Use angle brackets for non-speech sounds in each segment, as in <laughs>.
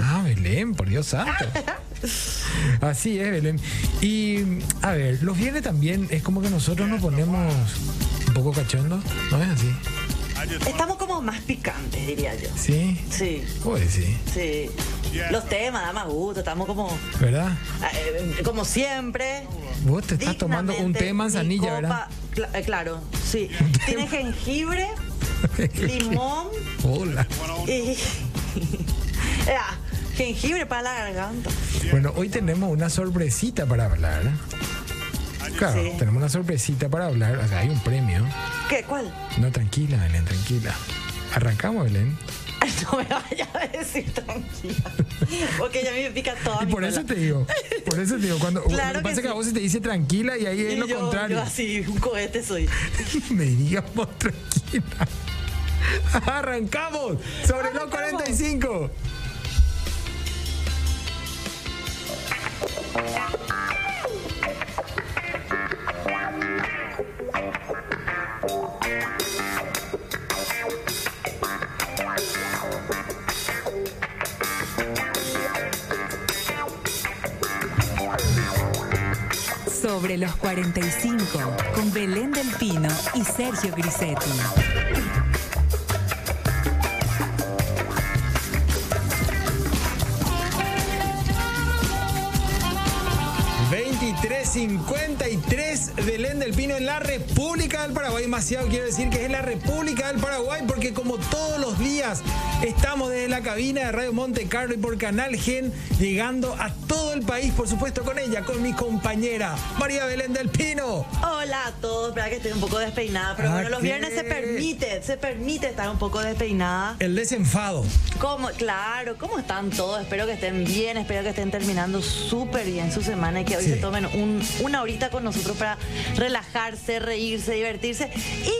Ah, Belén, por Dios santo. Así es, Belén. Y a ver, los viernes también es como que nosotros nos ponemos un poco cachondos, ¿no es así? Estamos como más picantes, diría yo. Sí. Sí, Pues sí, sí. Los temas, da más gusto, estamos como, ¿verdad? eh, como siempre. Vos te estás tomando un té de manzanilla, ¿verdad? ¿verdad? eh, claro, sí. <laughs> Tiene jengibre, limón Hola. y... <laughs> Ah, jengibre para la garganta. Bueno, hoy tenemos una sorpresita para hablar. Claro, Sí. tenemos una sorpresita para hablar. O sea, hay un premio. ¿Qué? ¿Cuál? <laughs> No, tranquila, Belén, tranquila. Arrancamos, Belén. No me vayas a decir tranquila. <laughs> Porque ya a mí me pica toda Y mi por eso te cola. digo, por eso te digo, cuando <laughs> Claro lo que que pasa es que a sí. vos se te dice tranquila y ahí es Y lo yo, contrario. Yo así, un cohete soy. <laughs> Me digamos tranquila. <laughs> Arrancamos sobre los Arrancamos. 45. Sobre los 45, con Belén del Pino y Sergio Grisetti. de Belén del Pino en la República del Paraguay. Demasiado quiero decir que es en la República del Paraguay porque como todos los días estamos desde la cabina de Radio Monte Carlo y por Canal Gen llegando a todo el país, por supuesto con ella, con mi compañera María Belén del Pino. Hola a todos, verdad que estoy un poco despeinada, pero Ah, bueno, los ¿qué? viernes se permite, se permite estar un poco despeinada. El desenfado. ¿Cómo? Claro, ¿cómo están todos? Espero que estén bien, espero que estén terminando súper bien su semana y que hoy Sí. se tomen un- una horita con nosotros para relajarse, reírse, divertirse y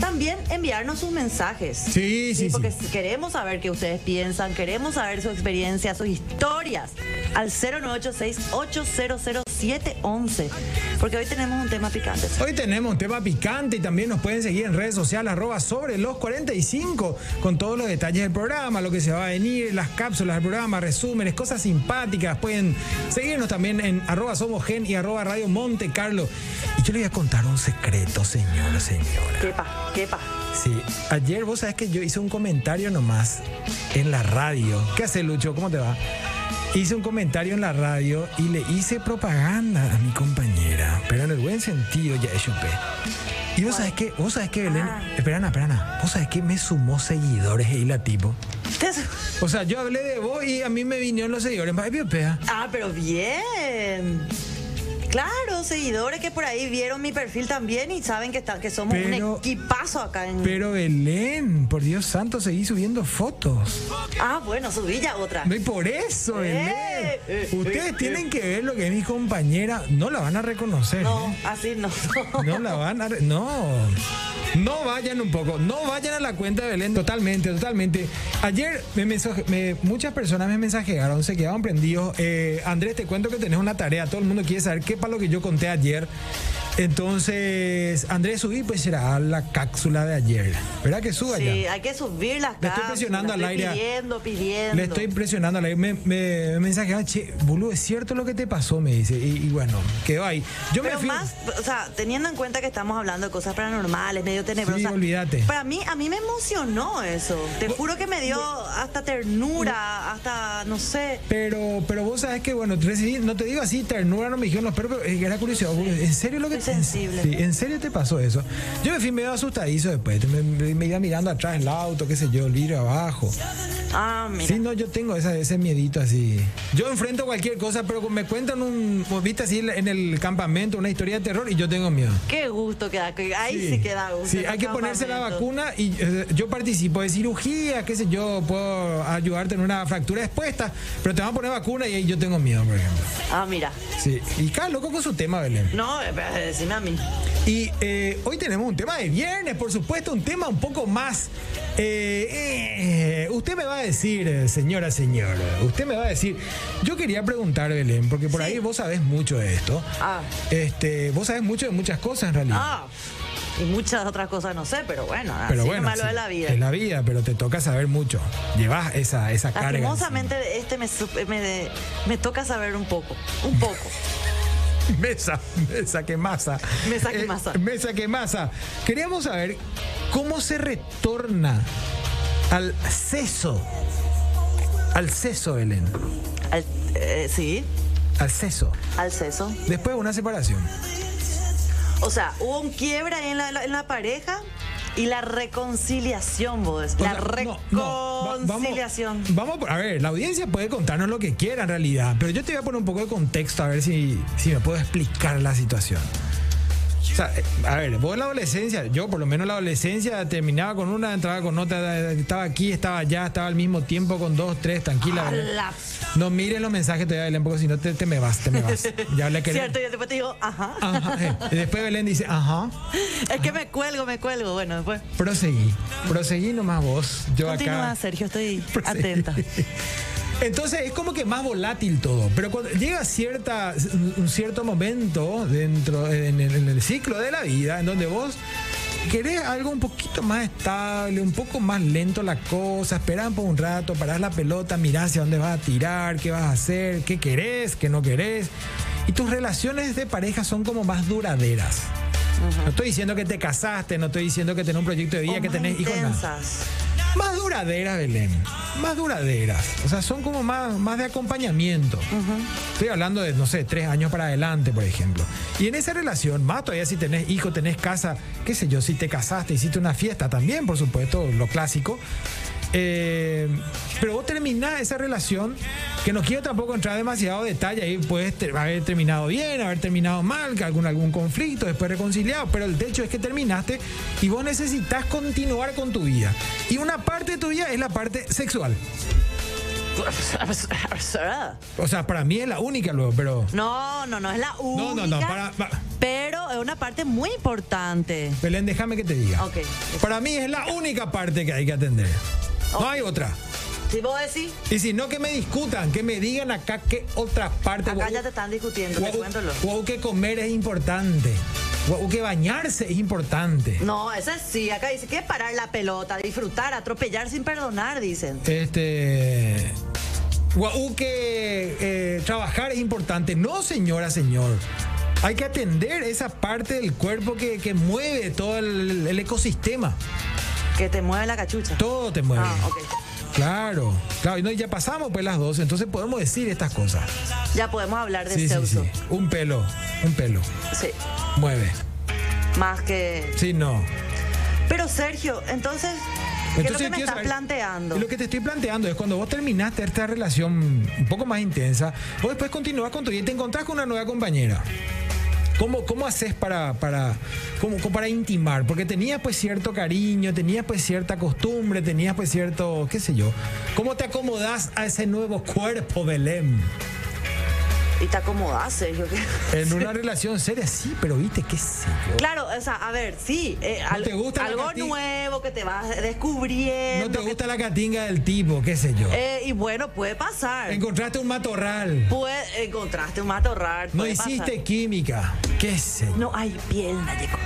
también enviarnos sus mensajes. Sí, sí, Porque sí. queremos saber qué ustedes piensan, queremos saber su experiencia, sus historias al 0986-800711. Porque hoy tenemos un tema picante. Hoy tenemos un tema picante y también nos pueden seguir en redes sociales, arroba sobre los 45, con todos los detalles del programa, lo que se va a venir, las cápsulas del programa, resúmenes, cosas simpáticas. Pueden seguirnos también en arroba somos gen y arroba radio Monte Carlo. Y yo les voy a contar un secreto, señor, señora. Quepa, quepa. Sí, ayer vos sabés que yo hice un comentario nomás en la radio. ¿Qué hace Lucho? ¿Cómo te va? Hice un comentario en la radio y le hice propaganda a mi compañera, pero en el buen sentido ya chupé. Y vos sabés que, vos sabés que Belén, Ah. esperana, esperana, vos sabés que me sumó seguidores ahí la tipo. Te- O sea, yo hablé de vos y a mí me vinieron los seguidores. Ay, pio, pea. Ah, pero bien. Claro, seguidores que por ahí vieron mi perfil también y saben que, está, que somos Pero- un equipazo acá en... Pero Belén, por Dios santo, seguí subiendo fotos. Ah, bueno, subí ya otra. No, y por eso, Belén. Eh, eh, Ustedes eh, tienen que ver lo que mi compañera. No la van a reconocer. No, ¿eh? así no. No la van a. re- No. No vayan un poco. No vayan a la cuenta de Belén. Totalmente, totalmente. Ayer me mensaje- me- muchas personas me mensajearon, se quedaban prendidos. Eh, Andrés, te cuento que tenés una tarea. Todo el mundo quiere saber qué para lo que yo conté ayer. Entonces, Andrés, subí, pues será la cápsula de ayer. ¿Verdad que suba ya? Sí, hay que subir las Le estoy cápsulas, presionando al estoy aire a- Pidiendo, pidiendo. Le estoy presionando, le- me, me, me mensajeaba, che, boludo, es cierto lo que te pasó, me dice. Y, y bueno, quedó ahí. Yo me Pero fui. más, o sea, teniendo en cuenta que estamos hablando de cosas paranormales, medio tenebrosas. olvídate. Para mí, a mí me emocionó eso. Te juro que me dio hasta ternura, hasta, no sé. Pero, pero vos sabés que, bueno, recibí- no te digo así, ternura no me dijeron los perros, pero eh, era curiosidad. boludo, ¿En serio lo que Soy sensible. Sí, ¿en serio te pasó eso? Yo me fui medio asustadizo después. Me, me- me iba mirando atrás el auto, qué sé yo, el vidrio abajo. Ah, mira. Sí, no, yo tengo esa- ese miedito así. Yo enfrento cualquier cosa, pero me cuentan un, viste así en el campamento, una historia de terror y yo tengo miedo. Qué gusto que da. que- Ahí sí, que da gusto. Sí, ese hay que ponerse la campamento. vacuna y eh, yo participo de cirugía, qué sé yo, puedo ayudarte en una fractura expuesta, pero te van a poner vacuna y ahí yo tengo miedo, por ejemplo. Ah, mira. Sí, y cada loco con su tema, Belén. No, eh, eh, decime a mí. Y eh, hoy tenemos un tema de viernes, por supuesto, un tema un poco más... eh, eh, usted me va a decir, eh, señora, señor, usted me va a decir, yo quería preguntar, Belén, porque por Sí. ahí vos sabés mucho de esto. Ah. Este, vos sabés mucho de muchas cosas en realidad. Ah, Y muchas otras cosas no sé, pero bueno, Pero así bueno, es malo sí, de la vida. es la vida, pero te toca saber mucho. Llevas esa, esa carga. Lastimosamente este me, sup- me, me toca saber un poco, un poco. encima. <laughs> Mesa, mesa que masa. Eh, Mesa que masa. Mesa que masa. Queríamos saber cómo se retorna al seso. Al seso, Belén. Al- eh, sí, Al seso. al seso. Después de una separación. O sea, hubo un quiebre ahí en la, en la pareja y la reconciliación, vos. O La sea, no, no, va- vamos- reconciliación. Vamos, a ver, la audiencia puede contarnos lo que quiera en realidad, pero yo te voy a poner un poco de contexto a ver si, si me puedo explicar la situación. O sea, eh, a ver, vos en la adolescencia, yo por lo menos en la adolescencia terminaba con una, entraba con otra, estaba aquí, estaba allá, estaba al mismo tiempo con dos, tres, tranquila. ¡Hala! No mires los mensajes todavía, Belén, porque si no te, te me vas, te me vas. Ya hablé que... Cierto, y después te digo, ajá. Ajá, eh. Y Después Belén dice, ajá, Es que me cuelgo, me cuelgo. Bueno, después. proseguí, proseguí nomás vos, yo Continúa, acá... Sergio, estoy <laughs> Pues sí. atenta. Entonces es como que más volátil todo, pero cuando llega cierta, un cierto momento dentro en el, en el ciclo de la vida en donde vos querés algo un poquito más estable, un poco más lento la cosa, esperás por un rato, parás la pelota, mirás hacia dónde vas a tirar, qué vas a hacer, qué querés, qué no querés. Y tus relaciones de pareja son como más duraderas. No estoy diciendo que te casaste, no estoy diciendo que tenés un proyecto de vida, O que más tenés hijos, nada. intensas. Más duraderas, Belén. Más duraderas. O sea, son como más, más de acompañamiento. Estoy hablando de, no sé, tres años para adelante, por ejemplo. Y en esa relación, más todavía si tenés hijo, tenés casa, qué sé yo, si te casaste, hiciste una fiesta también, por supuesto, lo clásico. Eh, pero vos terminás esa relación, que no quiero tampoco entrar demasiado detalle, ahí puedes ter- haber terminado bien, haber terminado mal, que algún, algún conflicto, después reconciliado, pero el hecho es que terminaste y vos necesitas continuar con tu vida. Y una parte de tu vida es la parte sexual. O sea, para mí es la única luego, pero... No, no, no, es la No, única. no, no, para- para- Pero es una parte muy importante. Belén, déjame que te diga. Ok. Para mí es la única parte que hay que atender. No hay otra. Si vos decís, Y si no, que me discutan, que me digan acá qué otra parte... acá ya o- te están discutiendo, te Guau, cuento lo. guau, que comer es importante. Guau, que bañarse es importante. No, esa sí, acá dice que parar la pelota, disfrutar, atropellar sin perdonar, dicen. Este. Guau, que eh, trabajar es importante. No, señora, señor. Hay que atender esa parte del cuerpo que, que mueve todo el, el ecosistema. Que te mueve la cachucha. Todo te mueve. Ah, ok. Claro, claro. Y no, y ya pasamos pues las dos, entonces podemos decir estas cosas. Ya podemos hablar de Sí, sí, Zeus. sí. Un pelo, un pelo. Sí, Mueve. Más que. Sí, no. Pero Sergio, entonces, ¿qué es lo que me quiero saber- estás planteando? Lo que te estoy planteando es cuando vos terminaste esta relación un poco más intensa, vos después continúas con tu vida y te encontrás con una nueva compañera. ¿Cómo, cómo haces para, para, cómo- cómo para intimar? Porque tenías pues cierto cariño, tenías pues cierta costumbre, tenías pues cierto, qué sé yo. ¿Cómo te acomodás a ese nuevo cuerpo, Belén? Y te acomodás, Sergio. que- En una relación seria, sí, pero viste, qué sé yo. Claro, o sea, a ver, sí, eh, al- te gusta la algo cati- nuevo que te vas descubriendo. No te Eh, que- gusta la catinga del tipo, qué sé yo. Eh, y bueno, puede pasar. Encontraste un matorral. Puede, encontraste un matorral. No puede hiciste pasar. química. ¿Qué sé? yo. No hay piel, Nayeco.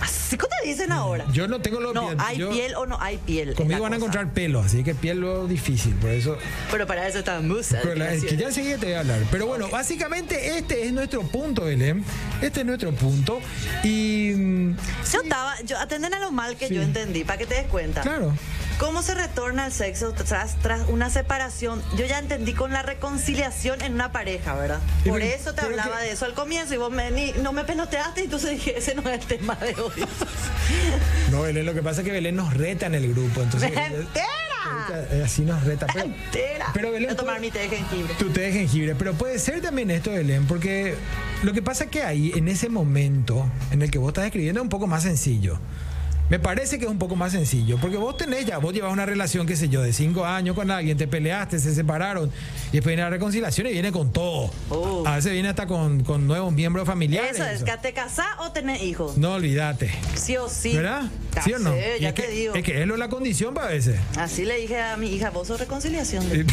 Así como te dicen ahora. Mm. Yo no tengo los no, pies. hay Yo- piel o no hay piel. es Conmigo la van a cosa. Ah, encontrar pelo, así que piel lo difícil, por eso. Pero para eso están musas. Pero la- es que ya enseguida te voy a hablar. Pero bueno, básicamente este es nuestro punto, Belén. Este es nuestro punto. Y. mm, Yo estaba, yo atenden a lo mal que Sí. yo entendí, para que te des cuenta. Claro. ¿Cómo se retorna el sexo tras, tras una separación? Yo ya entendí con la reconciliación en una pareja, ¿verdad? Y Por pero- eso te pero hablaba que- de eso al comienzo y vos me, ni- no me peloteaste y entonces dije, ese no es el tema de hoy. No, Belén, lo que pasa es que Belén nos reta en el grupo. Entonces. <laughs> ¡Mentira! Eh, Así nos reta. Pero, Entera. pero Belén. Voy a tomar puede- mi té de jengibre. Tu té de jengibre, pero puede ser también esto, Belén, porque lo que pasa es que ahí, en ese momento en el que vos estás escribiendo, es un poco más sencillo. Me parece que es un poco más sencillo, porque vos tenés ya, vos llevas una relación, qué sé yo, de cinco años con alguien, te peleaste, se separaron, y después viene la reconciliación y viene con todo. Oh. A veces viene hasta con, con nuevos miembros familiares. Eso es, que te casás o tenés hijos. No olvídate, Sí o sí. ¿verdad? ¿Sí o no? Casé, Y ya es, te que, digo. es que es lo la condición para veces. <laughs> Así le dije a mi hija, vos sos reconciliación. Eh,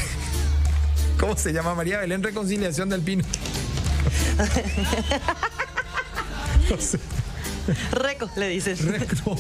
¿Cómo se llama María Belén Reconciliación del Pino? No sé. <laughs> Recos, le dices. No,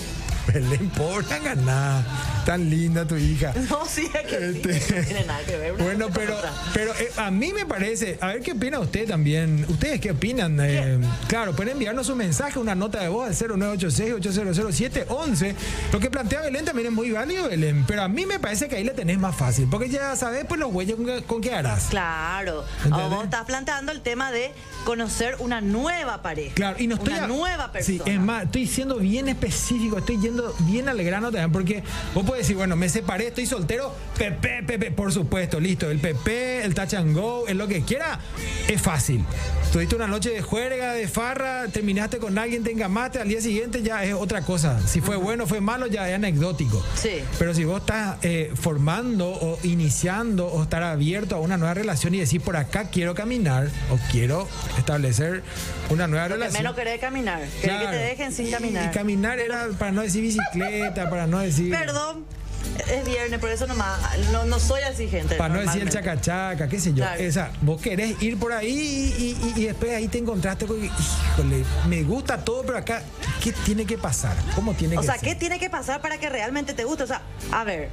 Belén, por la ganada. Tan linda tu hija. <laughs> No, sí, es que sí, Este, no tiene nada que ver. una <laughs> Bueno, cosa con pero, otra. pero eh, a mí me parece, a ver qué opina usted también. ¿Ustedes qué opinan? Eh, claro, pueden enviarnos un mensaje, una nota de voz al 0986-800-711. Lo que plantea Belén también es muy válido, Belén, pero a mí me parece que ahí la tenés más fácil, porque ya sabes pues los güeyes con, que- con qué harás. Claro. ¿Entendés? O vos estás planteando el tema de conocer una nueva pareja. Claro, y no estoy Una a- nueva persona. Sí, es más, estoy siendo bien específico, estoy yendo bien al grano también, porque vos podés decir, bueno, me separé, estoy soltero, PP, PP, por supuesto, listo, el PP, el touch and go, el lo que quiera, es fácil. Tuviste una noche de juerga, de farra, terminaste con alguien, te engamaste, al día siguiente ya es otra cosa. Si fue bueno, fue malo, ya es anecdótico. Sí. Pero si vos estás eh, formando o iniciando o estar abierto a una nueva relación y decir por acá quiero caminar o quiero establecer una nueva Que relación. menos querés caminar. Querés que te Claro. dejen sin Y- caminar. Y caminar era para no decir bicicleta, para no decir. Perdón, es viernes, por eso nomás. No, no soy así, gente. Para no decir el normalmente. chacachaca, qué sé yo. Claro. Esa, vos querés ir por ahí y, y- y después ahí te encontraste con. Híjole, me gusta todo, pero acá, ¿qué tiene que pasar? ¿Cómo tiene O que sea, ser? ¿qué tiene que pasar para que realmente te guste? O sea, a ver,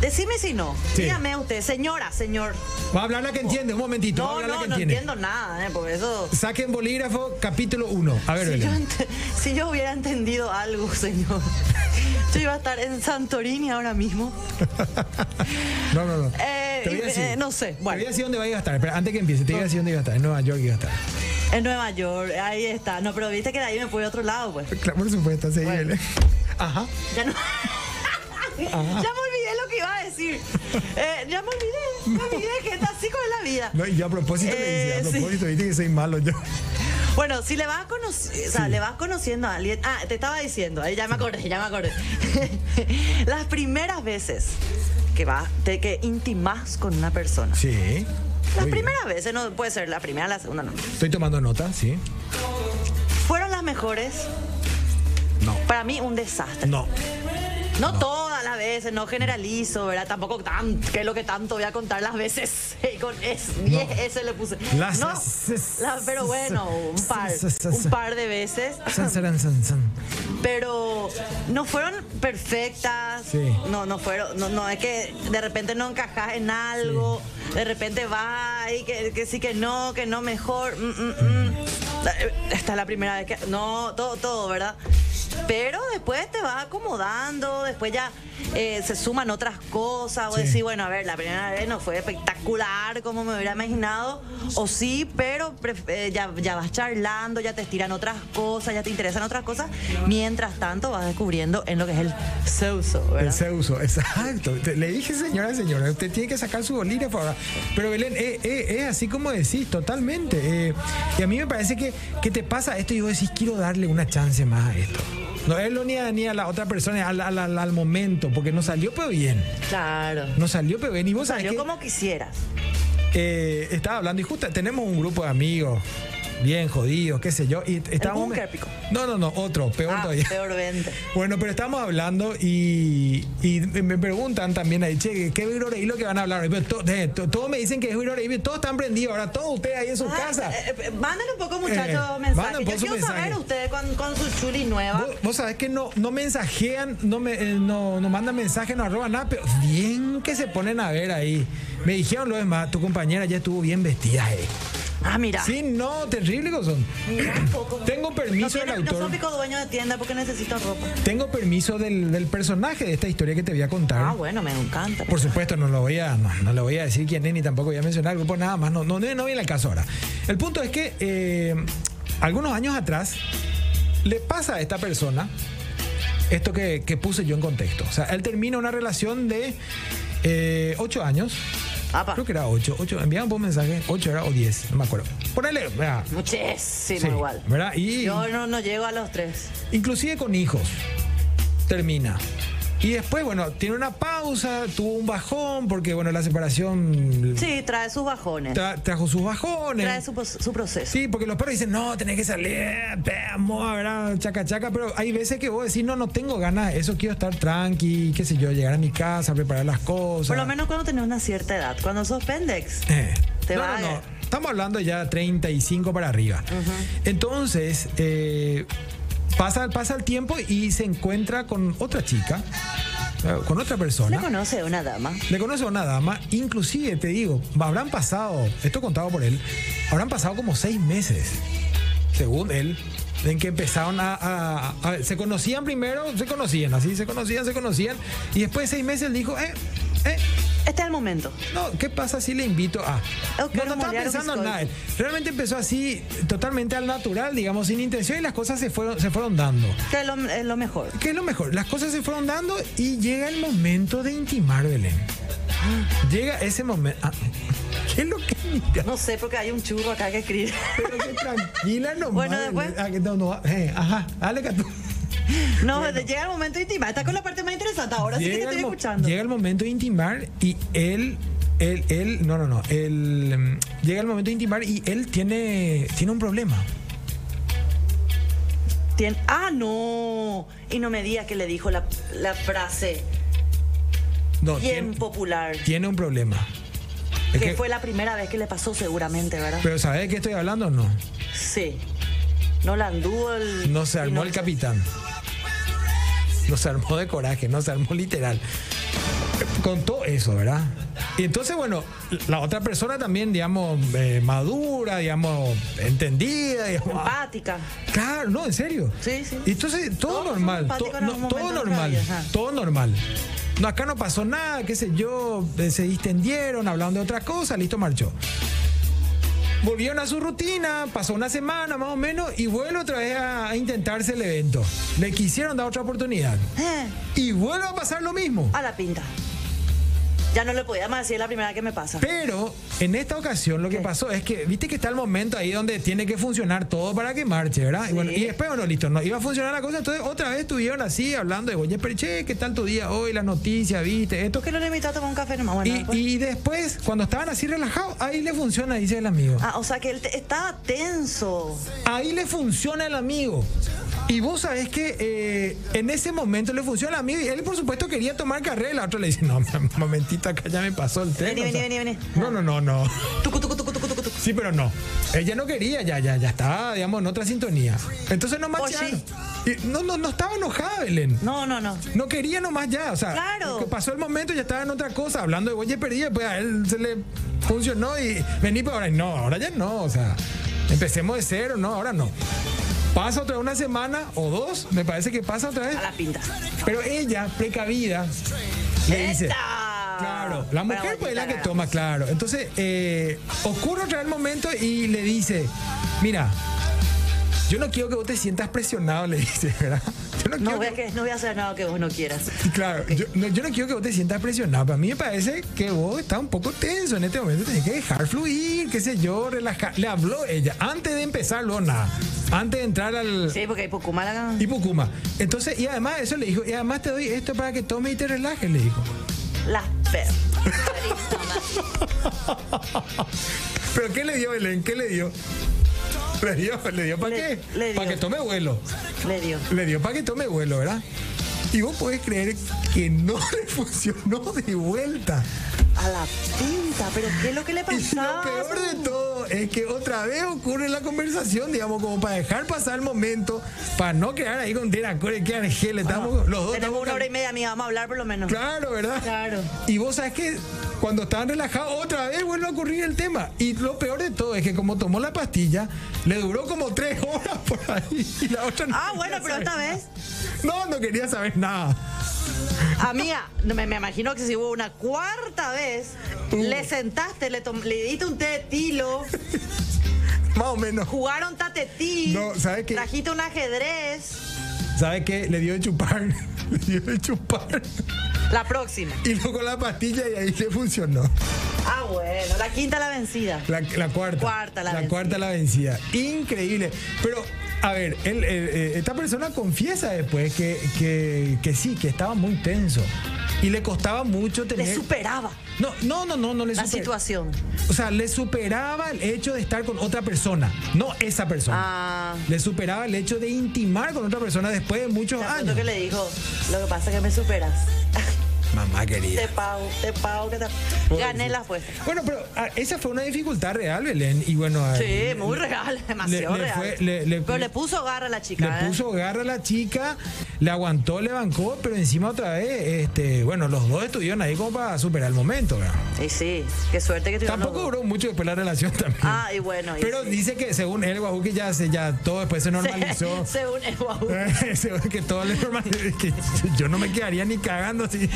decime si no. Sí. Dígame usted, señora, señor. Va a hablar la que entiende, un momentito. va a No, hablar la no, que no entiende. entiendo nada, ¿eh? Por eso. Saquen bolígrafo, capítulo 1. A ver, Si yo, Belén. ent- si yo hubiera entendido algo, señor, <laughs> yo iba a estar en Santorini ahora mismo. <laughs> No, no, no. Eh, Te voy a decir. eh, no sé, bueno. Te voy a decir dónde iba a estar. Pero antes que empiece, te voy a decir dónde iba a estar. En Nueva York iba a estar. En Nueva York, ahí está. No, pero viste que de ahí me fui a otro lado, pues. Claro, por supuesto, sí, Bueno. Belén. <laughs> Ajá. Ya no. Ah. <laughs> Ya me olvidé lo que iba a decir. Eh, ya me olvidé. Me olvidé que está así con la vida. No, y yo a propósito le Eh, decía, a sí. propósito, viste que soy malo yo. Bueno, si le vas, conoci- o sea, le vas conociendo a alguien. Ah, te estaba diciendo, ahí ya me acordé, ya me acordé. <laughs> Las primeras veces que vas, te, que intimas con una persona. Sí. Las Muy bien. primeras veces, no puede ser la primera, la segunda, no. Estoy tomando nota, sí. ¿Fueron las mejores? No. Para mí, un desastre. No. No, todas las veces, no generalizo, ¿verdad? Tampoco tan, que es lo que tanto voy a contar las veces. <laughs> Y con es, 10 S le puse. Las- no, las- la- pero bueno, un par, s- s- s- un par de veces. San, saran, san, san. Pero no fueron perfectas. Sí. No, no fueron. No, no, es que de repente no encajas en algo. De repente va y que, que sí, que no, que no mejor. mm, mm, mm. Esta es la primera vez que. No, todo, todo, ¿verdad? Pero después te vas acomodando, después ya eh, se suman otras cosas. O Sí. decís, bueno, a ver, la primera vez no fue espectacular como me hubiera imaginado. O sí, pero pref- eh, ya, ya vas charlando, ya te estiran otras cosas, ya te interesan otras cosas. Mientras tanto vas descubriendo en lo que es el seuso, El ¿verdad? Ceuso, exacto. Te- Le dije, señora, señora, usted tiene que sacar su bolígrafo ahora. Pero Belén, eh, es así como decís, totalmente. eh, y a mí me parece que, que te pasa esto y vos decís, quiero darle una chance más a esto. No es lo ni a, ni a la otra persona, al, al- al- al momento, porque no salió pero bien. Claro. No salió pero bien. Y vos sabés Salió que como quisieras. eh, estaba hablando y justo tenemos un grupo de amigos bien jodidos, qué sé yo. Y estábamos... búnker, pico. No, no, no, otro, peor Ah, todavía. peor vente. Bueno, pero estamos hablando y, y me preguntan también ahí, che, ¿qué es lo que van a hablar? Pero to- de- to- Todos me dicen que es y todos están prendidos, ahora todos ustedes ahí en sus Ah, casas. eh, eh, Mándale un poco, Eh, muchachos, manda mensajes. un Yo poco quiero mensaje. saber ustedes con, con su chuli nueva. Vos, vos sabés que no, no mensajean, no, me, eh, no, no mandan mensajes, no arroban nada, pero bien que se ponen a ver ahí. Me dijeron lo demás, tu compañera ya estuvo bien vestida, eh. Ah, mira. Sí, no, terrible que son. Mira un poco. Tengo permiso no tiene- del autor. No soy pico dueño de tienda porque necesito ropa. Tengo permiso del, del personaje de esta historia que te voy a contar. Ah, bueno, me encanta. Por supuesto, no lo voy a, no, no lo voy a decir quién es, ni tampoco voy a mencionar el grupo, nada más. No, no, no, no viene al caso ahora. El punto es que eh, algunos años atrás le pasa a esta persona esto que, que puse yo en contexto. O sea, él termina una relación de eh, ocho años. Apa. Creo que era ocho. ocho enviaban un mensaje, ocho era o diez, no me acuerdo. Ponele, ¿verdad? Muchísimo Sí, igual. ¿verdad? Y- Yo no, no llego a los tres. inclusive con hijos, termina. Y después, bueno, tiene una pausa, tuvo un bajón, porque, bueno, la separación Sí, trae sus bajones. tra- trajo sus bajones. Trae su, pos- su proceso. Sí, porque los perros dicen, no, tenés que salir, vamos, ¿verdad? Chaca, chaca. Pero hay veces que vos decís, no, no tengo ganas de eso, quiero estar tranqui, qué sé yo, llegar a mi casa, preparar las cosas. Por lo menos cuando tenés una cierta edad. Cuando sos pendex. Eh, Te no, va no, a- no. Estamos hablando ya 35 para arriba. Entonces, eh, Pasa, pasa el tiempo y se encuentra con otra chica, eh, con otra persona. ¿No conoce una dama? Le conoce a una dama, inclusive te digo, habrán pasado, esto contado por él, habrán pasado como seis meses, según él, en que empezaron a, a- a- se conocían primero, se conocían, así, se conocían, se conocían, y después de seis meses él dijo, eh, eh, Este es el momento. no, ¿qué pasa si le invito a? Eu No, quero no estaba molhar o pensando en biscoito. nada. Realmente empezó así, totalmente al natural, digamos, sin intención, y las cosas se fueron, se fueron dando. Este es lo, es lo mejor. ¿Qué es lo mejor? Las cosas se fueron dando y llega el momento de intimar, Belén. Llega ese momento. Ah, ¿Qué es lo que mira? No sé, porque hay un churro acá que escribe. <laughs> Pero qué tranquila nomás. Bueno, Belén. después. Ah, que no, no, eh, ajá, dale que tú. No, llega el momento de intimar. Está con la parte más interesante. Ahora sí que te Llega el estoy mo- escuchando. Llega el momento de intimar y él. Él, él, no, no, no. Él, mm, llega el momento de intimar y él tiene, tiene un problema. Tien- Ah, no. Y no me diga que le dijo la, la frase No, bien tiene, popular. tiene un problema. Es Que que- fue la primera vez que le pasó seguramente, ¿verdad? Pero ¿sabes de qué estoy hablando o no? Sí. No la anduvo el... No se y armó el capitán. No se armó de coraje, no se armó literal. Con todo eso, ¿verdad? Y entonces, bueno, la otra persona también, digamos, eh, madura, digamos, entendida, digamos. ah, Empática. Claro, no, en serio. Sí, sí. Y entonces, todo Todos somos normal. empáticos to- en no, algún todo momento de normal. nuestra vida, ajá. Todo normal. No, acá no pasó nada, qué sé yo, eh, se distendieron, hablaron de otra cosa, listo, marchó. Volvieron a su rutina, pasó una semana más o menos y vuelve otra vez a, a intentarse el evento. Le quisieron dar otra oportunidad. Eh, Y vuelve a pasar lo mismo. a la pinta. Ya no le podía más decir la primera que me pasa. Pero en esta ocasión lo que pasó es que, viste que está el momento ahí donde tiene que funcionar todo para que marche, ¿verdad? Y, bueno, y después, bueno, listo, no iba a funcionar la cosa, entonces otra vez estuvieron así hablando de, oye, pero che, ¿qué tal tu día hoy? La noticia, viste, esto. ¿Por qué no le invitó a tomar un café nomás? Bueno, Y, después. y después, cuando estaban así relajados, ahí le funciona, dice el amigo. Ah, o sea que él te- estaba tenso. Ahí le funciona el amigo. Y vos sabés que eh, en ese momento le funciona al amigo. Y él, por supuesto, quería tomar carrera. La otra le dice: No, <laughs> momentito, acá ya me pasó el tren. Vení, o vení, sea, vení, vení. No, no, no, no. Tucu, tucu, tucu, tucu, tucu, tucu. Sí, pero no. Ella no quería, ya, ya, ya estaba, digamos, en otra sintonía. Entonces no marcharon. Y No, no, no estaba enojada, Belén. No, no, no. No quería nomás ya, o sea, Claro. que pasó el momento ya estaba en otra cosa, hablando de oye perdida, pues a él se le funcionó y vení para ahora, y no, ahora ya no, o sea, empecemos de cero, no, ahora no. Pasa otra vez una semana o dos, me parece que pasa otra vez, A la pinta. pero ella, precavida, le dice... ¡Eta! Claro, la Bueno, mujer pues es la que claro. toma, claro. Entonces, eh, ocurre otra vez el momento y le dice, mira, yo no quiero que vos te sientas presionado, le dice, ¿verdad? <laughs> Yo no, No quiero voy, a que- no voy a hacer nada que vos no quieras. y Claro, yo, no, yo no quiero que vos te sientas presionado. Para mí me parece que vos estás un poco tenso en este momento. Tenés que dejar fluir, qué sé yo, relajar. Le habló ella antes de empezar, Lona. Antes de entrar al Sí, porque hay poco mala. Ipucuma. Entonces, y además, eso le dijo. Y además te doy esto para que tomes y te relajes, le dijo. Las per. ¿Pero qué le dio Belén? ¿Qué le dio? <laughs> ¿Le dio, le dio para Le- qué? le Para dio. que tome vuelo. Le dio. Le dio para que tome vuelo, ¿verdad? Y vos podés creer que no <laughs> le funcionó de vuelta. A la pinta. Pero ¿qué es lo que le Y lo pasaba? peor de todo es que otra vez ocurre la conversación, digamos, como para dejar pasar el momento, para no quedar ahí con tiracore, que Argel, estamos los dos. Tenemos estamos una cal- hora y media, amiga. Vamos a hablar por lo menos. Claro, ¿verdad? Claro. Y vos sabes que cuando estaban relajados, otra vez vuelve a ocurrir el tema. Y lo peor de todo es que como tomó la pastilla, le duró como tres horas por ahí. Y la otra no Ah, quería bueno, pero saber esta nada. vez. No, no quería saber nada. Amiga, no, me, me imagino que si hubo una cuarta vez, Uh. le sentaste, le, tom- le diste un té de tilo, Más o menos. jugaron tatetí, No, ¿sabes qué? trajiste un ajedrez. ¿Sabes qué? Le dio de chupar. <laughs> Le dio de chupar. La próxima. Y luego la pastilla y ahí le funcionó. Ah, bueno, la quinta la vencida. La, la cuarta. Cuarta la vencida. cuarta la vencida. Increíble. Pero, a ver, él, él, eh, esta persona confiesa después que, que, que sí, que estaba muy tenso. Y le costaba mucho tener. Le superaba No, no, no, no, no le la super- situación. O sea, le superaba el hecho de estar con otra persona, no esa persona. Ah, Le superaba el hecho de intimar con otra persona después de muchos te acuerdo años. que <laughs> le dijo, lo que pasa es que me superas. Mamá querida. Te pago, te pago, que te... Gané la apuesta. Bueno, pero ah, esa fue una dificultad real, Belén. Y bueno, ah, Sí, muy real, demasiado le real. fue- le- le- Pero le puso garra a la chica. le ¿eh? puso garra a la chica, le aguantó, le bancó, pero encima otra vez, este, bueno, los dos estuvieron ahí como para superar el momento. ¿verdad? Y sí, qué suerte que tuvieron Tampoco los dos. duró mucho después la relación <laughs> también. Ah, y bueno. y pero sí. dice que según él, Guajuki ya, se, ya todo después se <laughs> normalizó. <laughs> Según el guau. Según que todo le normalizó. que yo no me quedaría ni cagando así.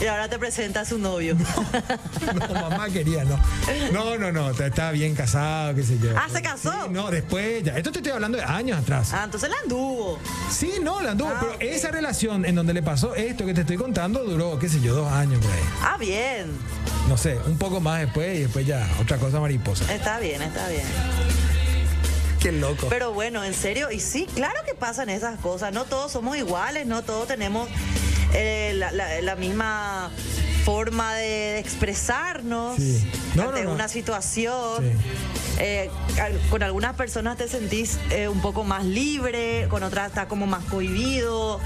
Y ahora te presenta a su novio. No, mamá quería, no. No, no, no, está- estaba bien casado, qué sé yo. Ah, ¿se casó? Sí, no, después ya. Esto te estoy hablando de años atrás. Ah, entonces la anduvo. Sí, no, la anduvo, Ah, pero ok. esa relación en donde le pasó esto que te estoy contando duró, qué sé yo, dos años por ahí. Ah, bien. No sé, un poco más después y después ya, otra cosa <laughs> mariposa. Está bien, está bien. Qué loco. Pero bueno, en serio, y sí, claro que pasan esas cosas. No todos somos iguales, no todos tenemos eh, la, la- la misma forma de, de expresarnos Sí. No, ante no, no. una situación. Sí. Eh, al- con algunas personas te sentís eh, un poco más libre, con otras estás como más cohibido.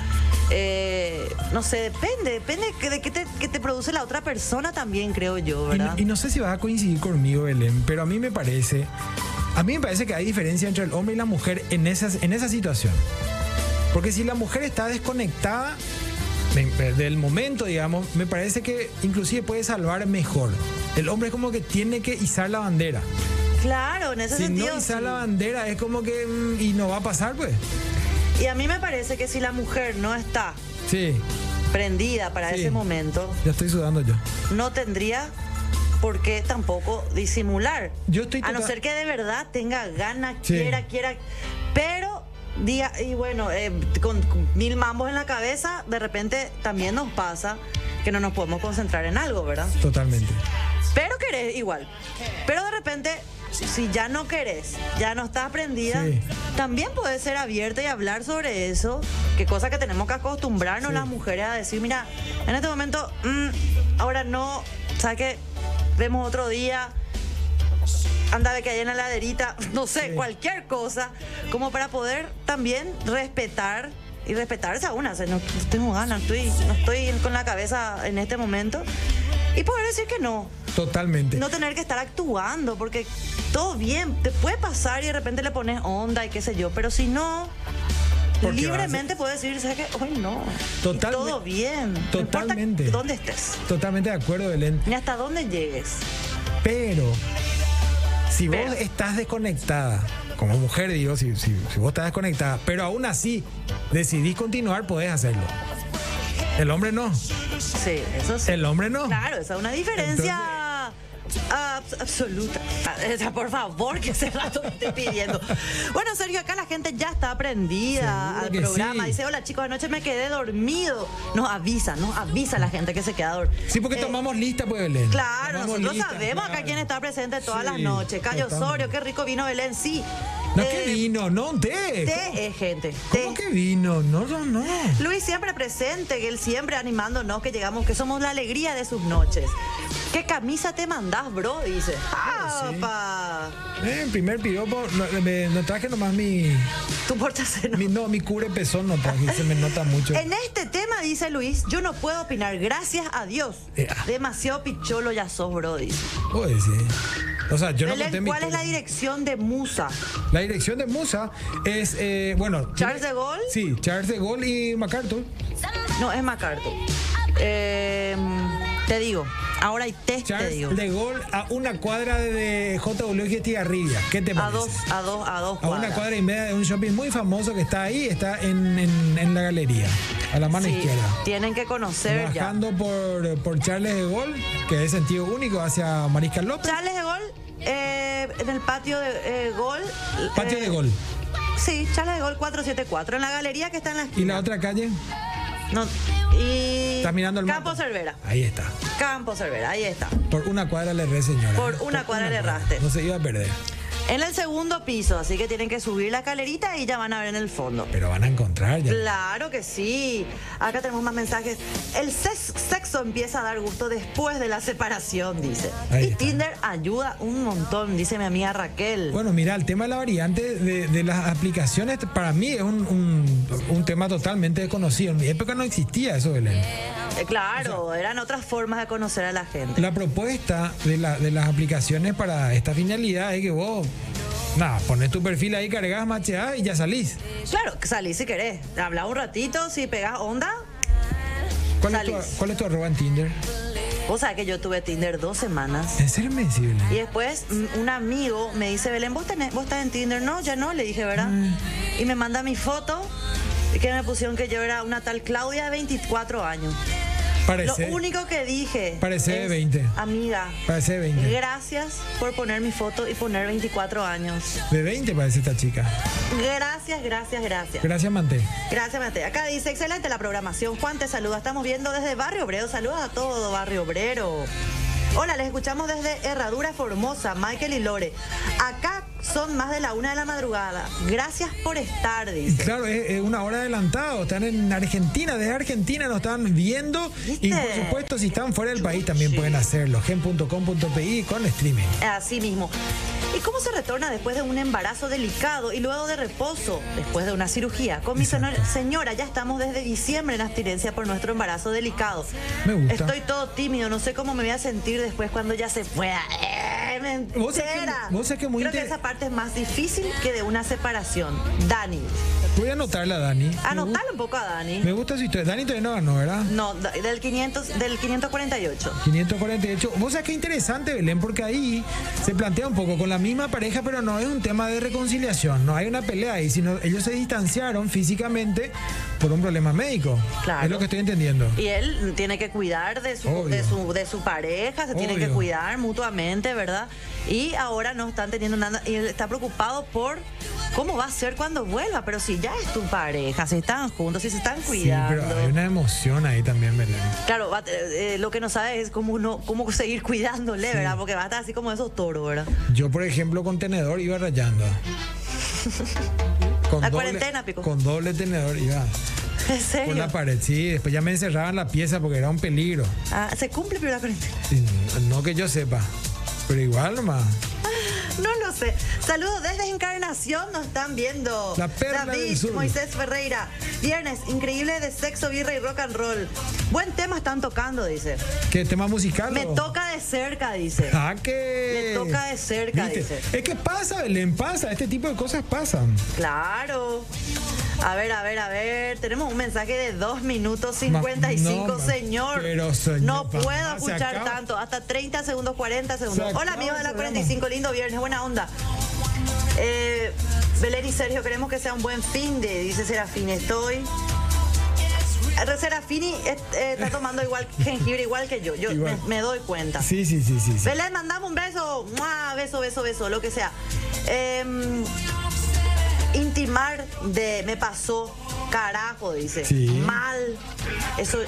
Eh, no sé, depende, depende que- de qué te, que te produce la otra persona también, creo yo, Y ¿verdad? no- Y, no sé si vas a coincidir conmigo, Belén, pero a mí me parece, a mí me parece que hay diferencia entre el hombre y la mujer en, esas, en esa situación. Porque si la mujer está desconectada de- del momento, digamos, me parece que inclusive puede salvar mejor. El hombre es como que tiene que izar la bandera. Claro, en ese Si sentido. no izar sí. la bandera es como que mm, y no va a pasar, pues. Y a mí me parece que si la mujer no está Sí, prendida para Sí. ese momento, ya estoy sudando yo. no tendría por qué tampoco disimular. Yo estoy a no total- ser que de verdad tenga ganas, Sí. quiera, quiera, pero diga y bueno, eh, con con mil mambos en la cabeza, de repente también nos pasa que no nos podemos concentrar en algo, ¿verdad? Totalmente. Pero querés igual. Pero de repente, si ya no querés, ya no estás aprendida, Sí. también puedes ser abierta y hablar sobre eso, que cosa que tenemos que acostumbrarnos Sí. las mujeres a decir, mira, en este momento, mm, ahora no, ¿sabes qué? Vemos otro día. Anda de que hay en la laderita, <laughs> no sé, Sí. cualquier cosa, como para poder también respetar y respetarse a una. O sea, no, no tengo ganas, estoy, no estoy con la cabeza en este momento. Y poder decir que no, Totalmente. no tener que estar actuando, porque todo bien, te puede pasar y de repente le pones onda y qué sé yo, pero si no, Porque libremente puedes decir, ¿sabes qué? Hoy no. Y Totalme- todo bien. No importa Totalmente. ¿Dónde estés? Totalmente de acuerdo, Belén. Ni hasta dónde llegues. Pero si Pero. vos estás desconectada, como mujer digo, si, si- si vos estás desconectada, pero aún así decidís continuar, podés hacerlo. El hombre no, Sí, eso sí. el hombre no. Claro, esa es una diferencia abs- absoluta. Ah, o sea, Por favor, que ese rato me esté pidiendo. Bueno, Sergio, acá la gente ya está aprendida Seguro al que programa. sí. Dice, hola chicos, anoche me quedé dormido. Nos avisa, nos avisa la gente que se queda dormida. Sí, porque tomamos lista, pues, Belén. Eh, Claro, Tomamos nosotros lista, sabemos acá claro. quién está presente todas Sí, las noches. Cayo totalmente. Osorio, qué rico vino Belén, sí. No, Eh, E que vino, no, un té. Té es gente. ¿Cómo, cómo té. que vino? No, no, no. Luis siempre presente, que él siempre animándonos, que llegamos, que somos la alegría de sus noches. ¿Qué camisa te mandás, bro? Dice. ¡Ah, pa! Eh, primer piropo, no, me- no traje nomás mi, Tú portas mi- No, mi cubre pezón no traje, se me nota mucho. <laughs> En este tema, dice Luis, yo no puedo opinar, gracias a Dios. Eh, ah. Demasiado picholo ya sos, bro, dice. Oye, sí. O sea, yo no Belén, conté mi ¿cuál es cubre. la dirección de Musa? La dirección de Musa es, eh, bueno... ¿Charles de Gaulle? Sí, Charles de Gaulle y MacArthur. No, es MacArthur. Eh, te digo, ahora hay test, te Charles digo. de Gaulle a una cuadra de JW Estigarribia. ¿Qué te A parece? dos, a dos, a dos A una cuadras. cuadra y media de un shopping muy famoso que está ahí, está en, en- en la galería, a la mano Sí, izquierda. tienen que conocer ya. Bajando por, por Charles de Gaulle, que es sentido único hacia Mariscal López. Charles de Gol, eh, en el patio de eh, Gol. Patio eh, de Gaulle. Sí, Charles de Gol 474, en la galería que está en la ¿Y esquina. la otra calle? No, y Está mirando el mapa. Campo Cervera. Ahí está. Campo Cervera, ahí está. Por una cuadra le erré, señora. Por una cuadra le erraste. No se iba a perder. En el segundo piso, así que tienen que subir la escalerita y ya van a ver en el fondo. Pero van a encontrar ya. Claro que sí. Acá tenemos más mensajes. El ses- sexo empieza a dar gusto después de la separación, dice. Ahí y está. Tinder ayuda un montón, dice mi amiga Raquel. Bueno, mira, el tema de la variante de, de las aplicaciones para mí es un, un- un tema totalmente desconocido. En mi época no existía eso, Belén. Eh, Claro, eran otras formas de conocer a la gente. La propuesta de, la- de las aplicaciones para esta finalidad es que vos, nada, pones tu perfil ahí, cargas, macheás y ya salís. Claro, salí si querés. Habla un ratito, si pegás onda. ¿Cuál, es tu, Salís. cuál es tu arroba en Tinder? Vos sabés que yo tuve Tinder dos semanas. ¿En serio me decís, Belén? Y después mm, un amigo me dice, Belén, ¿vos, tenés- vos estás en Tinder? No, ya no, le dije, ¿verdad? Mm. Y me manda mi foto y que me pusieron que yo era una tal Claudia de 24 años. Parece, Lo único que dije... Parece de 20. Amiga, parece de 20. gracias por poner mi foto y poner 24 años. De 20 parece esta chica. Gracias, gracias, gracias. Gracias, Manté. Gracias, Mate. Acá dice, excelente la programación. Juan te saluda. Estamos viendo desde Barrio Obrero. Saludos a todo Barrio Obrero. Hola, les escuchamos desde Herradura Formosa, Michael y Lore. Acá son más de la una de la madrugada. Gracias por estar, dice. Claro, es, es una hora adelantado. Están en Argentina, desde Argentina nos están viendo. Y por ¿Viste? supuesto, si están fuera del país también pueden hacerlo. gen.com.pi con streaming. Así mismo. ¿Y cómo se retorna después de un embarazo delicado y luego de reposo, después de una cirugía? Con mi Exacto. senor- señora, ya estamos desde diciembre en abstinencia por nuestro embarazo delicado. Me gusta. Estoy todo tímido, no sé cómo me voy a sentir después cuando ya se pueda. ¡Eh, Vos sabés que- mentira! vos sabés que muy Creo que inter- esa parte es más difícil que de una separación. Dani. Voy a anotarla, Dani. Anotale un poco a Dani. Me gusta su historia. Dani todavía no ganó, ¿verdad? No, da- del, 500, del 548. 548. Vos sabés qué interesante, Belén, porque ahí se plantea un poco con la misma pareja, pero no es un tema de reconciliación, no hay una pelea ahí, sino ellos se distanciaron físicamente por un problema médico. Claro. Es lo que estoy entendiendo. Y él tiene que cuidar de su, Obvio. de su, de su pareja, se tiene que Obvio. cuidar mutuamente, ¿verdad? Y ahora no están teniendo nada, y él está preocupado por cómo va a ser cuando vuelva, pero si ya es tu pareja, si están juntos, si se están Sí, cuidando. pero hay una emoción ahí también, Belén. Claro, va a te- eh, lo que no sabe es cómo, no, cómo seguir cuidándole, ¿verdad? Porque va a estar así como esos toros, ¿verdad? <laughs> Yo, por ejemplo, con tenedor iba rayando. Con La cuarentena, Pico. Con doble tenedor iba. ¿En Con serio? la pared, sí. Después ya me encerraban la pieza porque era un peligro. Ah, se cumple primero la cuarentena. Y No que yo sepa, pero igual nomás. <laughs> No lo sé. Saludos desde Encarnación, nos están viendo. La perla David del sur. Moisés Ferreira. Viernes, increíble de sexo, birra y rock and roll. Buen tema están tocando, dice. ¿Qué tema musical? Me o? toca de <laughs> cerca, dice. Ah, que. Le toca de cerca, ¿Viste? dice. Es que pasa, Belén, pasa. Este tipo de cosas pasan. Claro. A ver, a ver, a ver. Tenemos un mensaje de 2 minutos Ma- 55, no, ma- señor. pero, señor, No pa- puedo se escuchar acaba. tanto. Hasta 30 segundos, 40 Se segundos. acaba Hola, amigos de el la programa. 45. Lindo viernes, buena onda. Eh, Belén y Sergio, queremos que sea un buen fin de, dice Serafín. Estoy. Eh, Serafini eh, eh, está tomando igual <laughs> jengibre, igual que yo. Yo Igual. Me, me doy cuenta. Sí, sí, sí, sí. sí. Belén, mandame un beso. ¡Mua! Beso, beso, beso, lo que sea. Em, intimar de me pasó carajo, dice. Sí. Mal. Eso,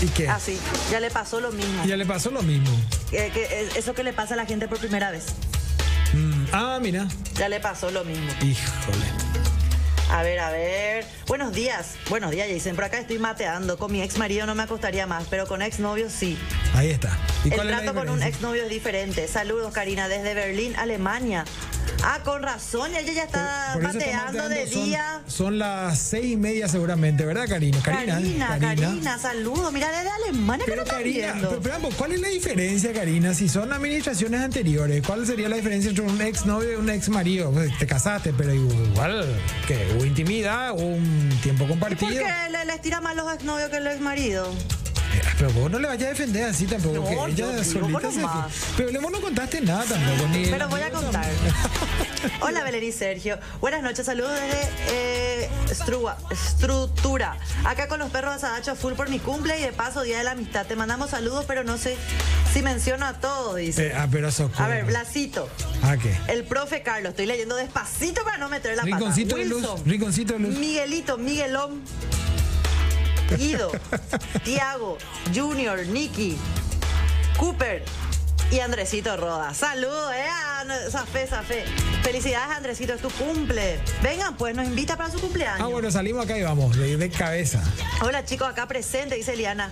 ¿Y qué? así. Ya le pasó lo mismo. Ya le pasó lo mismo. Eh, que, eh, eso que le pasa a la gente por primera vez. Mm, Ah, mira. Ya le pasó lo mismo. Híjole. A ver, a ver. Buenos días. Buenos días, Jason. Por acá estoy mateando. Con mi ex marido no me acostaría más, pero con ex novio sí. Ahí está. ¿Y El cuál es la trato con un diferencia? exnovio es diferente. Saludos, Karina, desde Berlín, Alemania. Ah, con razón, ella ya está Por eso está pateando mateando, Ah, de son- día. Son las seis y media seguramente, ¿verdad, Karina? Karina, Karina, Karina, saludos. Mira, desde Alemania Pero que no Karina, viendo. pero, pero, ambos, ¿cuál es la diferencia, Karina? Si son administraciones anteriores, ¿cuál sería la diferencia entre un ex novio y un ex marido? Pues, te casaste, pero igual, que hubo intimidad, hubo un tiempo ¿Y por compartido. qué le, le estira más los exnovios que el exmarido? Ah, Pero vos no le vayas a defender así tampoco. No, que yo ella digo solita se- nomás. Pero le- vos no contaste nada tampoco. ni- Pero voy a contar. Hola, Belén y Sergio. Buenas noches, saludos desde eh, Estrua- Estrutura. Acá con los perros asadachos full por mi cumple y de paso, Día de la Amistad. Te mandamos saludos, pero no sé si menciono a todos, dice. <laughs> Eh, ah, pero socorro. A ver, Blasito. Ah, ¿qué? El profe Carlos, estoy leyendo despacito para no meter la Rinconcito pata. de luz, Wilson, rinconcito de luz. Miguelito, Miguelón. <laughs> Guido, Tiago, Junior, Nicky, Cooper y Andresito Roda. Saludos, eh, a no- Zafé, Zafé. Felicidades, Andresito, es tu cumple. Vengan, pues, nos invita para su cumpleaños. Ah, bueno, salimos acá y vamos, de, de cabeza. Hola, chicos, acá presente, dice Liana.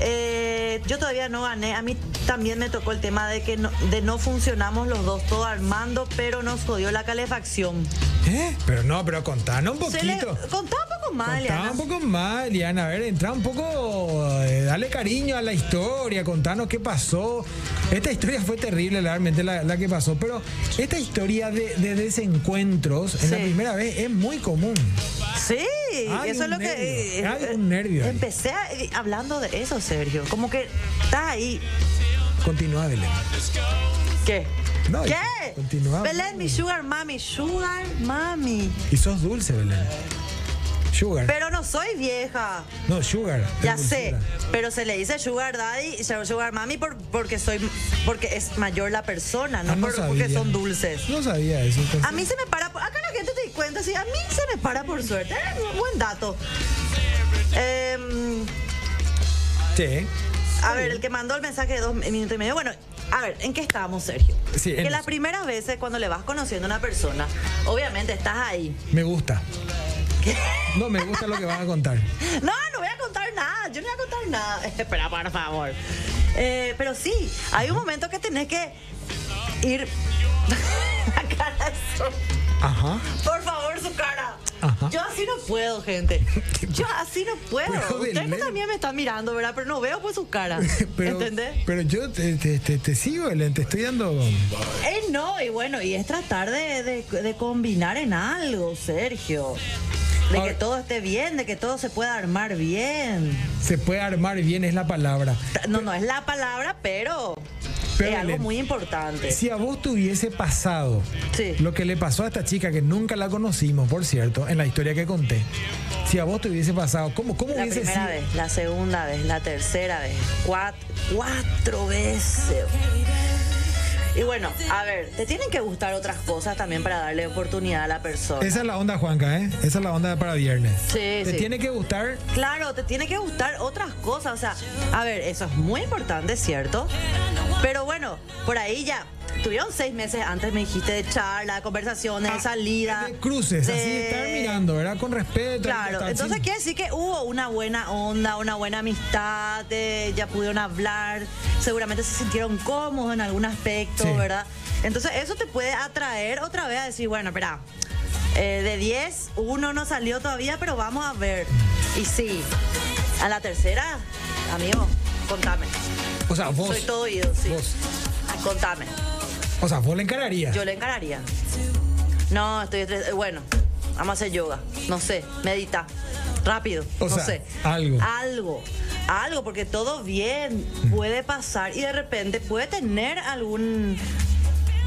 eh, yo todavía no gané. A mí también me tocó el tema de que no, de no funcionamos los dos todo armando, pero nos jodió la calefacción. ¿Eh? Pero no, pero contanos un Se le- poquito. contá un poco más, Contá Eliana. un poco más, Liana. A ver, entra un poco, eh, dale cariño a la historia, contanos qué pasó. Esta historia fue terrible, realmente, la, la que pasó. Pero esta historia de, de desencuentros en la Sí. primera vez es muy común. Sí, Hay eso un es lo que. eh, nervio, hay un nervio ahí. Empecé a- eh, hablando de eso, Sergio. Como que está ahí. Continúa, Belén. ¿Qué? No, ¿Qué? continuamos. Belén, mi sugar mami, sugar mami. Y sos dulce, Belén. Sugar. Pero no soy vieja. no, sugar. es Ya sé, dulzura. pero se le dice sugar daddy y sugar mami por- porque soy porque es mayor la persona, no, Ah, no por- porque sabía. son dulces. No sabía eso. entonces. A mí se me para, por- acá la gente te di cuenta, sí, a mí se me para por suerte. Eh, buen dato. Em, Sí. a ver, el que mandó el mensaje de dos minutos y medio. Bueno, a ver, ¿en qué estábamos, Sergio? Sí, en que eso. las primeras veces cuando le vas conociendo a una persona, obviamente estás ahí. Me gusta. No, me gusta lo que vas a contar. No, no voy a contar nada, yo no voy a contar nada. <laughs> Espera, por favor. Eh, pero sí, hay un momento que tenés que ir. <laughs> La cara de Sol. Ajá. Por favor, su cara. Ajá. Yo así no puedo, <laughs> gente. Yo así no puedo. Pero, Belén. Ustedes también me están mirando, ¿verdad? Pero no veo por su cara. <laughs> <laughs> Pero, ¿Entendés? pero yo te, te- te- te sigo, Belén, te estoy dando. Eh, no, y bueno, y es tratar de, de- de combinar en algo, Sergio. De que Ahora- todo esté bien, de que todo se pueda armar bien. Se puede armar bien, es la palabra. Ta- <laughs> No, no es la palabra, pero, Pero, es algo Belén, muy importante. Si a vos te hubiese pasado Sí. lo que le pasó a esta chica, que nunca la conocimos, por cierto, en la historia que conté, si a vos te hubiese pasado, ¿cómo, cómo La hubiese primera sido? vez, la segunda vez, la tercera vez, cuat- cuatro veces. Y bueno, a ver, te tienen que gustar otras cosas también para darle oportunidad a la persona. Esa es la onda, Juanca, ¿eh? Esa es la onda para viernes. Sí, Te sí. tiene que gustar Claro, te tiene que gustar otras cosas. O sea, a ver, eso es muy importante, ¿cierto? Pero bueno, por ahí ya. Tuvieron seis meses antes, me dijiste, de charla, conversaciones, de salida. Ah, de cruces, así de estar mirando, ¿verdad? Con respeto. Claro, tal, entonces sí. quiere decir que hubo una buena onda, una buena amistad, eh, ya pudieron hablar, seguramente se sintieron cómodos en algún aspecto, Sí. ¿verdad? Entonces eso te puede atraer otra vez a decir, bueno, espera, eh, de 10, uno no salió todavía, pero vamos a ver. Y sí, a la tercera, amigo, contame. O sea, vos. Soy todo oído, sí. Ah, Vos. Contame, O sea, vos le encararías. yo le encararía. No, estoy, estres- eh, bueno, vamos a hacer yoga, no sé, medita, rápido, O no sea, sé. algo. Mm. Algo, algo, porque todo bien puede pasar y de repente puede tener algún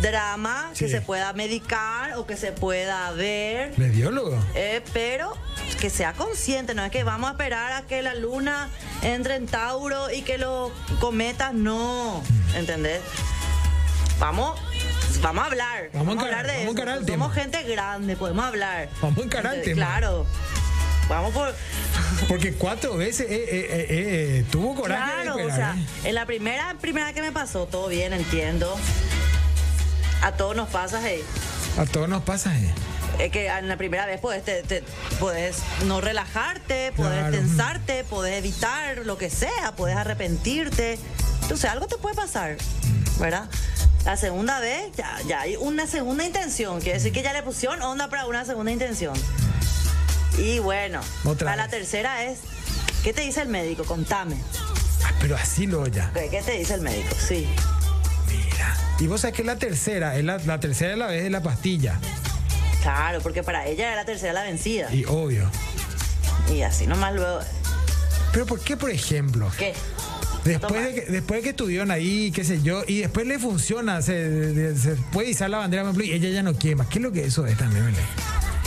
drama que Sí. se pueda medicar o que se pueda ver, ¿Le biólogo? eh, pero que sea consciente, no es que vamos a esperar a que la luna entre en Tauro y que los cometas, no, ¿entendés? Vamos. Vamos a hablar. Vamos a encarar, hablar de vamos a eso. encarar el Somos tema. gente grande, podemos hablar. Vamos a encarar el Entonces, tema. Claro. Vamos por Porque cuatro veces eh, eh, eh, eh, eh, tuvo coraje. de Claro, o esperar, sea, ¿eh? en la primera, primera que me pasó, todo bien, entiendo. A todos nos pasa, hey. A todos nos pasa. eh. Es que en la primera vez podés, te- te- podés no relajarte, podés Claro. tensarte, podés evitar lo que sea, podés arrepentirte. Entonces, algo te puede pasar, ¿verdad? La segunda vez, ya, ya hay una segunda intención. Quiere decir que ya le pusieron onda para una segunda intención. Y bueno, Otra para la vez. tercera es, ¿qué te dice el médico? Contame. Ah, pero así lo ya. Ok, ¿Qué te dice el médico? Sí. Mira. Y vos sabés que la tercera, es la, la tercera de la vez de la pastilla. Claro, porque para ella era la tercera la vencida. Y obvio. Y así nomás luego. Pero ¿por qué, por ejemplo? ¿Qué? Después Toma. de, que, después de que estuvieron ahí, qué sé yo, y después le funciona, se, de- se puede izar la bandera, por ejemplo, y ella ya no quiere más. ¿Qué es lo que eso es también, Belén?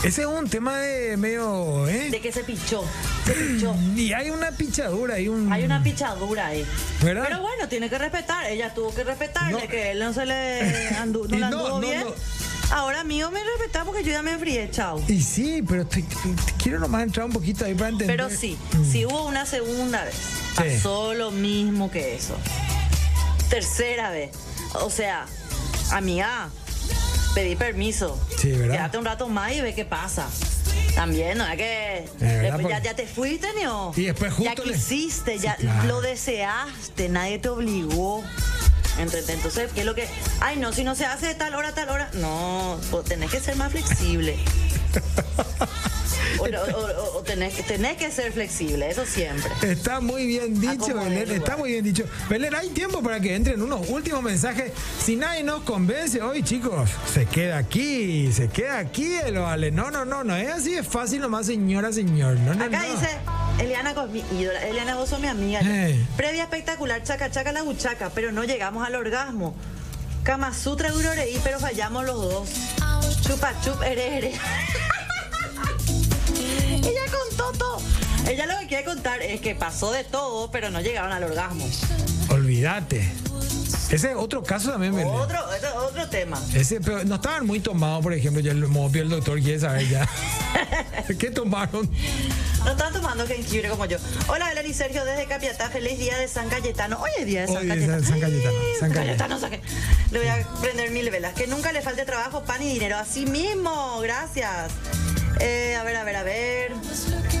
Ese es un tema de medio, De ¿eh? que se pichó. Se pichó. Y hay una pichadura, hay un... Hay una pichadura ahí. ¿Verdad? Pero bueno, tiene que respetar. Ella tuvo que respetarle, No. que él no <laughs> se le andu- no Y le no, anduvo no, bien. no. Ahora mío me respetá porque yo ya me enfrié, chao. Y sí, pero te, te- te quiero nomás entrar un poquito ahí para entender. Pero sí, si hubo una segunda vez, Sí. pasó lo mismo que eso. Tercera vez. O sea, amiga, pedí permiso. Sí, ¿verdad? Quédate un rato más y ve qué pasa. También, ¿no? Es que verdad, ya, porque- ya te fuiste, ¿no? Y después Ya justo le- quisiste, ya claro. lo deseaste, nadie te obligó. ¿Entendés? Entonces, ¿qué es lo que...? Ay, no, si no se hace de tal hora a tal hora... No, vos tenés que ser más flexible. o, o- o- o tenés, que- tenés que ser flexible, eso siempre. Está muy bien dicho, Acomoda el Belén. lugar. Está muy bien dicho. Belén, hay tiempo para que entren unos últimos mensajes. Si nadie nos convence hoy, chicos, se queda aquí, se queda aquí el vale. No, no, no, no es así de fácil nomás, señora, señor. No, no, Acá no. dice, Eliana con mi ídola. Eliana, vos sos mi amiga. Hey. Previa espectacular, chaca, chaca, la buchaca, pero no llegamos al orgasmo. Kama Sutra, Uroreí, pero fallamos los dos. Chupa, chup, erere. <laughs> Ella contó todo. Ella lo que quiere contar es que pasó de todo, pero no llegaron al orgasmo. Olvídate. Ese es otro caso también, Belén. Otro, ese es otro tema. Ese, pero no estaban muy tomados, por ejemplo, ya el mopio, el doctor quiere saber <laughs> ya. ¿Qué tomaron? No están tomando jengibre como yo. Hola, Belén y Sergio desde Capiatá. Feliz día de San Cayetano. Hoy es día de San Hoy es Cayetano. San Cayetano, San Ay, San Cayetano, San Cayetano. Le voy a prender mil velas. Que nunca le falte trabajo, pan y dinero. Así mismo, gracias. Eh, a ver, a ver, a ver.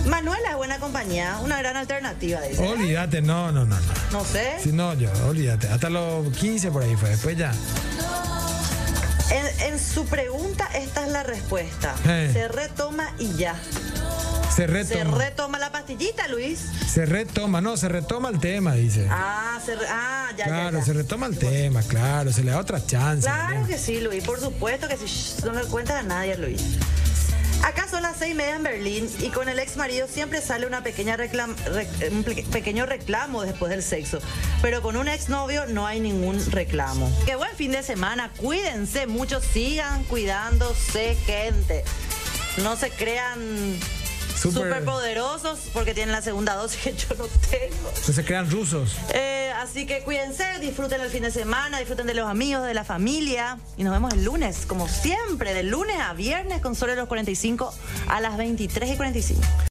Manuela es buena compañía. Una gran alternativa, dice. Olvídate, no, no, no, no. No sé. Si no, yo, olvídate. Hasta los 15 por ahí fue, después ya. En, en su pregunta, esta es la respuesta. Eh. Se retoma y ya. Se Se retoma. retoma la pastillita, Luis. Se retoma, no, se retoma el tema, dice. Ah, se re- ah ya, ya, claro, ya. se retoma el tema, claro, se le da otra chance. Claro Belén. que sí, Luis. Por supuesto que sí. Shh, No le cuentas a nadie, Luis. Acá son las seis y media en Berlín y con el ex marido siempre sale una pequeña reclam- rec- un ple- pequeño reclamo después del sexo. Pero con un ex novio no hay ningún reclamo. Qué buen fin de semana. Cuídense mucho. Sigan cuidándose, gente. No se crean Super- superpoderosos porque tienen la segunda dosis que yo no tengo. Entonces se crean rusos. Eh, así que cuídense, disfruten el fin de semana, disfruten de los amigos, de la familia. Y nos vemos el lunes, como siempre, de lunes a viernes con Solo los 45 a las 23 y 45.